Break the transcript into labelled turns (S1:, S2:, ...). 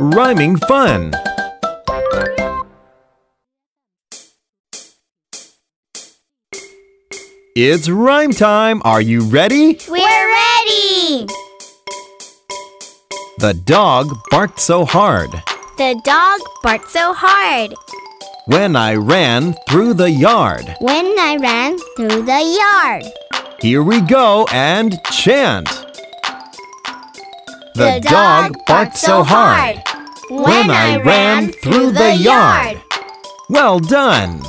S1: Rhyming fun. It's rhyme time. Are you ready?
S2: We're ready!
S1: The dog barked so hard
S2: The dog barked so hard
S1: when I ran through the yard.
S2: when I ran through the yard.
S1: Here we go and chant. The, dog barked so hard when I ran through the yard. Well done.